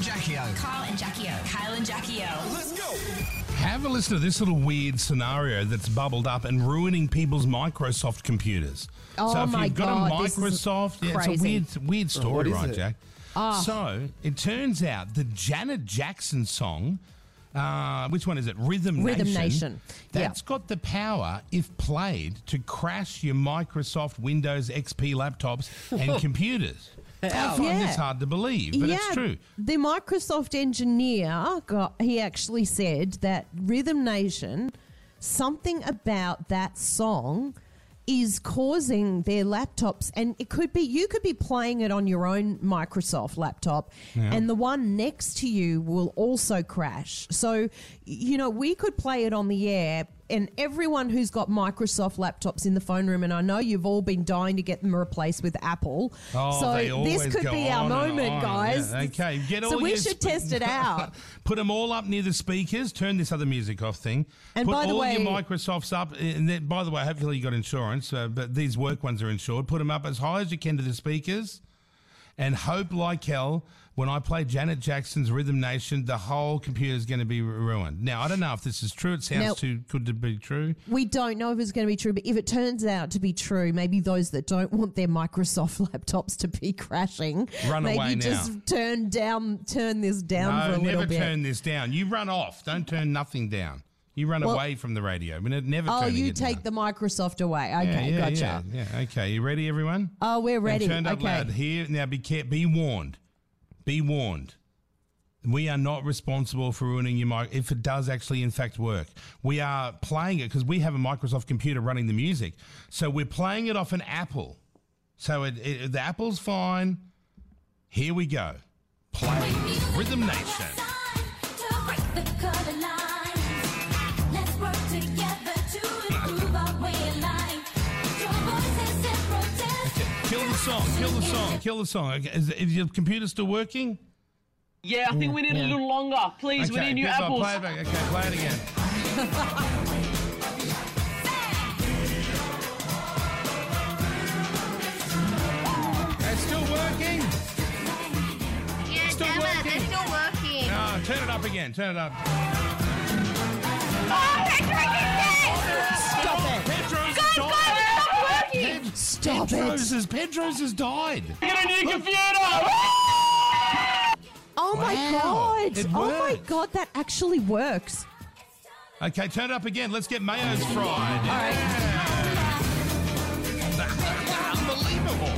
Jackie O. Kyle and Jackie O. Kyle and Jackie O. Let's go. Have a listen to this little weird scenario that's bubbled up and ruining people's Microsoft computers. Oh so if my you've got a God, this is Microsoft, yeah, it's a crazy. Ah. weird, it's a weird story, what is right, it? Jack? So it turns out the Janet Jackson song, uh, which one is it? Rhythm, Rhythm Nation. Nation, yeah. That's got the power, if played, to crash your Microsoft Windows XP laptops and computers. I find Yeah. this hard to believe, but yeah, it's true. The Microsoft engineer got he actually said that Rhythm Nation, something about that song is causing their laptops and it could be you could be playing it on your own Microsoft laptop and the one next to you will also crash. So y- you know, we could play it on the air and everyone who's got Microsoft laptops in the phone room and I know you've all been dying to get them replaced with Apple. Oh, so they this always could go be our on and moment, on. guys. Yeah, okay, get all so we your should sp- test it out. Put them all up near the speakers. Turn this other music off thing. And Put by the all way- your Microsofts up. Eh, And then, by the way, hopefully you got insurance, uh, but these work ones are insured. Put them up as high as you can to the speakers. And hope, like hell, when I play Janet Jackson's Rhythm Nation, the whole computer is going to be ruined. Now, I don't know if this is true. It sounds Now- too good to be true. We don't know if it's going to be true, but if it turns out to be true, maybe those that don't want their Microsoft laptops to be crashing, Run maybe away now. just turn down, turn this down No, for a never little bit. turn this down. You run off. Don't turn nothing down. You run Well- away from the radio. I mean, it never. oh, turning you it down. take the Microsoft away. Okay, yeah, gotcha. Yeah, yeah. Okay, you ready, everyone? Oh, we're And ready. turned up okay. loud here. Now, be care- be warned. Be warned. We are not responsible for ruining your mic if it does actually, in fact, work. We are playing it because we have a Microsoft computer running the music, so we're playing it off an Apple. So it, it, the Apple's fine. Here we go. Play Rhythm Nation. Kill the song. Kill the song. Kill the song. Okay. Is, is your computer still working? Yeah, I think we need a little longer. Please, we need new good, Bob, apples. Play it back. Okay, play it again. It's still working. Yeah, Still damn it, working. they're still working. No, turn it up again. Turn it up. Oh, they're drinking this! Stop it! Pedro's Guys, guys, died. it's not working! Ped- Stop Pedro's it! has, Pedro's has died. Get a new Look. computer! Oh my Wow, god! it oh my worked. god! That actually works. Okay, turn it up again. Let's get mayo's fried. All right. Unbelievable.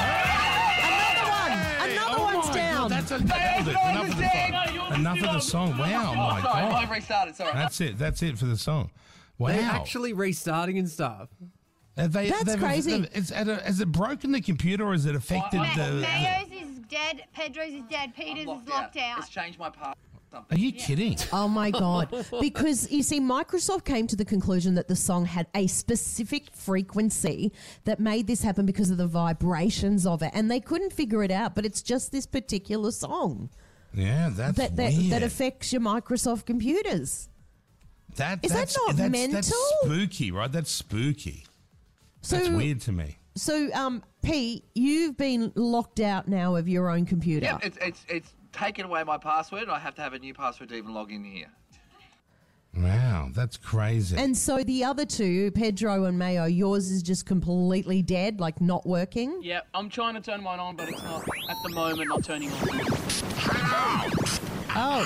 Another one. Another oh one's my down. God, that's a nailed it. Enough of the song. No, you're the Enough of computer. the song. Wow, my sorry, God. I've restarted, sorry. That's it. That's it for the song. Wow. They're actually restarting and stuff. Have they- That's they've- crazy. they've- it's at a, has it broken the computer or has it affected I- I- the. Mayo's is dead, Pedro's is dead, Peter's I'm is locked out. It's changed my path. Are you kidding? Oh my god! Because you see, Microsoft came to the conclusion that the song had a specific frequency that made this happen because of the vibrations of it, and they couldn't figure it out. But it's just this particular song Yeah, that's that that, weird. that affects your Microsoft computers. That- Is that that's, not that's, mental? That's spooky, right? That's spooky. So that's weird to me. So, um, Pete, you've been locked out now of your own computer. Yeah, it's, it's, it's taken away my password, and I have to have a new password to even log in here. Wow, that's crazy. and so the other two, Pedro and Mayo, yours is just completely dead, like not working. Yeah, I'm trying to turn mine on, but it's not at the moment not turning on. Oh.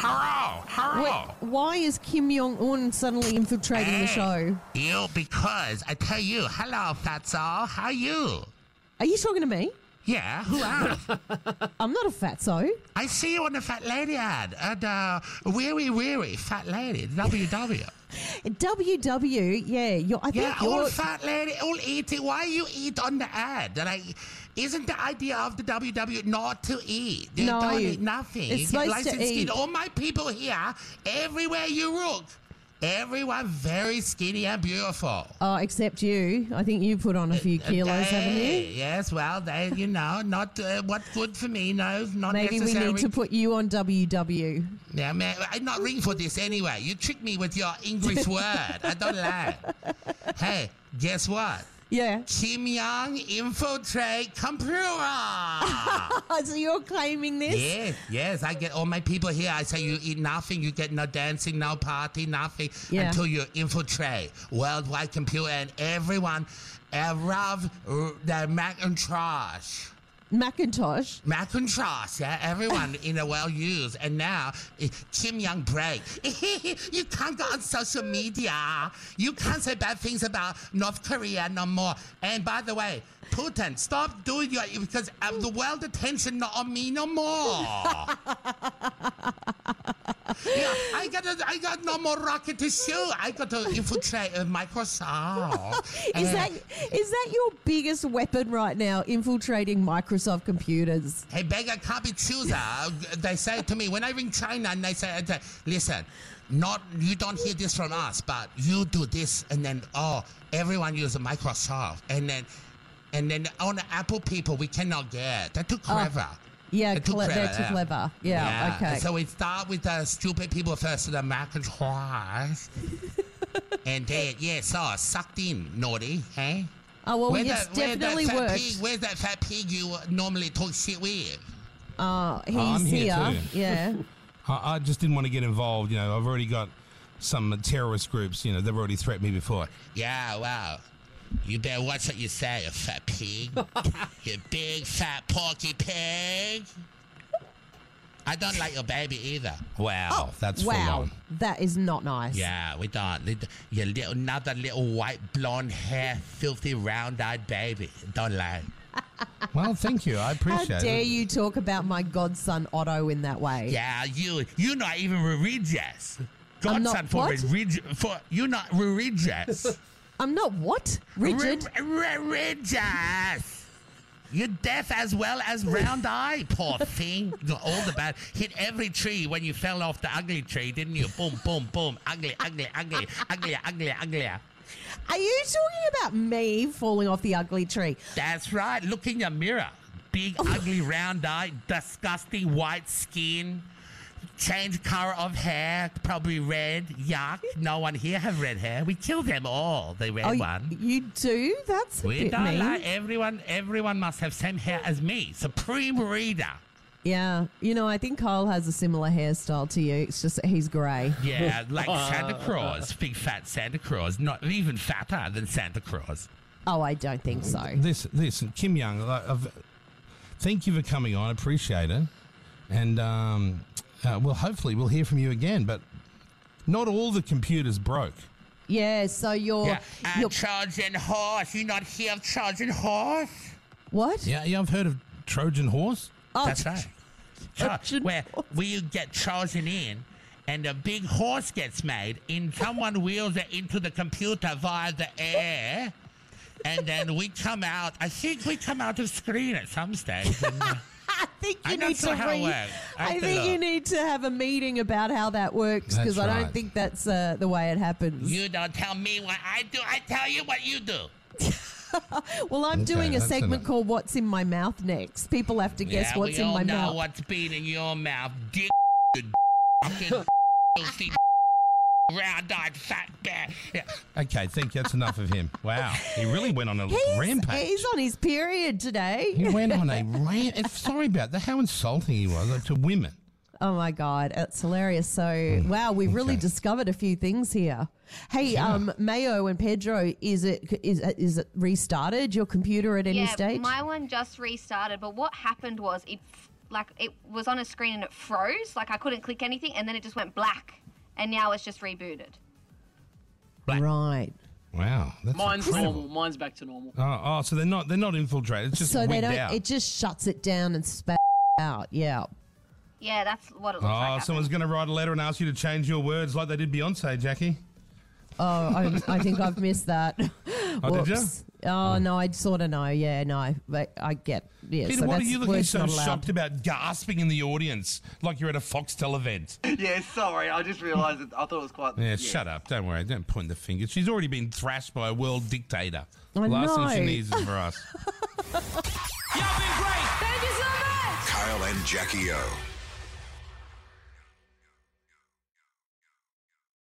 hello, Oh. hello. Wh- why is Kim Jong Un suddenly infiltrating Ah. the show? You, because I tell you, hello, Fatso, how you? Are you talking to me? Yeah, who else? I'm not a fatso. I see you on the Fat Lady ad, and uh, weary, weary, Fat Lady, WW. WW, yeah, you're, I Yeah, think all you're. fat lady, all E eating. Why you eat on the ad? Like, isn't the idea of the E WW not to eat? They No, don't you- eat nothing. it's You supposed to license it. eat. All my people here, everywhere you look, Everyone very skinny and beautiful. Oh, except you. I think you put on a few kilos, haven't you? Hey, Yes, well, they, you know, not uh, what's good for me, no, not Maybe we necessary. need to put you on WW. Now, man, I'm not ring for this anyway. You tricked me with your English word. I don't like. Hey, guess what? Yeah. Kim Young infiltrate computer. so you're claiming this? yes, yes. I get all my people here. I say you eat nothing, you get no dancing, no party, nothing Yeah. until you infiltrate worldwide computer and everyone around the Macintosh. Macintosh. Macintosh, yeah, everyone in the world use. And now, eh, Kim Young break. you can't go on social media. You can't say bad things about North Korea no more. And by the way, Putin, stop doing your because um, the world attention not on me no more. yeah, I got a, I got no more rocket to shoot. I got to infiltrate uh, Microsoft. Is And- that is that your biggest weapon right now? Infiltrating Microsoft computers. Hey, beggar can't be chooser. they say to me when I ring China, and they say, they- "Listen, not you don't hear this from us, but you do this, and then oh, everyone uses Microsoft, and then." And then on the Apple people, we cannot get. They're too clever. Oh. Yeah, cle- they're too yeah. clever. Yeah, okay. So we start with the stupid people first, the Macintosh. and then, yeah, so sucked in, naughty, hey? Oh well, Where's it's that- where's that definitely fat worked. Pig, where's that fat pig you normally talk shit with? Oh, he's I'm here. here Yeah. I, I just didn't want to get involved. You know, I've already got some terrorist groups. You know, they've already threatened me before. Yeah, well, you better watch what you say, you fat pig. you big fat porky pig. I don't like your baby either. Wow. That's full Oh, wow, on. that is not nice. Yeah, we don't. Lit- Your little, another little white blonde hair, filthy round eyed baby. Don't like. Well, thank you. I How appreciate it. dare you talk about my godson Otto in that way? Yeah, you, you're not even religious. I'm not Godson for what? religious. For, you're not religious. I'm not what Richard. Re- re- religious. You're deaf as well as round eye, poor thing. You're all about hit every tree when you fell off the ugly tree, didn't you? Boom, boom, boom. Ugly, ugly, ugly, uglier, uglier, uglier. Are you talking about me falling off the ugly tree? That's right. Look in your mirror. Big, ugly, round eye, disgusting white skin. Change color of hair, probably red. Yuck. No one here have red hair. We kill them all, the red Oh, y- one. you do? That's a We bit don't mean. like everyone. Everyone must have same hair as me. Supreme reader. Yeah, you know, I think Kyle has a similar hairstyle to you. It's just that he's grey. Yeah, like Santa Claus, big fat Santa Claus, not even fatter than Santa Claus. Oh, I don't think so. this this Kim Young. Like, I've, thank you for coming on. Appreciate it, and um, uh, well, hopefully we'll hear from you again. But not all the computers broke. Yeah, so you're, Yeah, and you're Trojan horse. You not hear of Trojan horse? what? Yeah, yeah, I've heard of Trojan horse. Oh, That's right. Tro- Trojan where horse. where you get Trojan in, and a big horse gets made, and someone wheels it into the computer via the air. And then we come out. I think we come out of screen at some stage. and, uh, I think you I'm not need sure to how it re- works. I I think don't you know. need to have a meeting about how that works because That's I don't right. think that's uh, the way it happens. You don't tell me what I do. I tell you what you do. well, I'm Okay, doing a that's segment enough. called "What's in My Mouth" next. People have to guess yeah, what's we in all my know mouth. what's been in your mouth. Dick, you fucking filthy, round-eyed fat bear. Yeah. Okay, thank you. That's enough of him. Wow, he really went on a he's, rampage. he's on his period he today. went on a rampage. Sorry about that. How insulting he was like, to women. Oh my god, that's hilarious! Hmm, So wow, we've really okay. discovered a few things here. Hey, um, Mayo and Pedro, is it is it- is it restarted your computer at any yeah, stage? my one just restarted, but what happened was it, f- like, it was on a screen and it froze. Like, I couldn't click anything, and then it just went black, and now it's just rebooted. right. Wow, that's Mine's incredible. normal. Mine's back to normal. Oh, oh, so they're not they're not infiltrated. It's just so they wigged don't. out. It just shuts it down and spat out. Yeah. Yeah, that's what it looks oh, like. happened. someone's going to write a letter and ask you to change your words like they did Beyonce, Jackie. Oh, I, I think I've missed that. Oh, did ya? Whoops. Oh, no, I sort of know. Yeah, no, but I get. Yeah, Peter, so what are that's, you looking words so not allowed. shocked about, gasping in the audience like you're at a Foxtel event? Yeah, sorry, I just realised that I thought it was quite. Yeah, shut up. Don't worry. Don't point the finger. She's already been thrashed by a world dictator. I Last thing she know. needs is for us. Thank you so much. Kyle and Jackie O.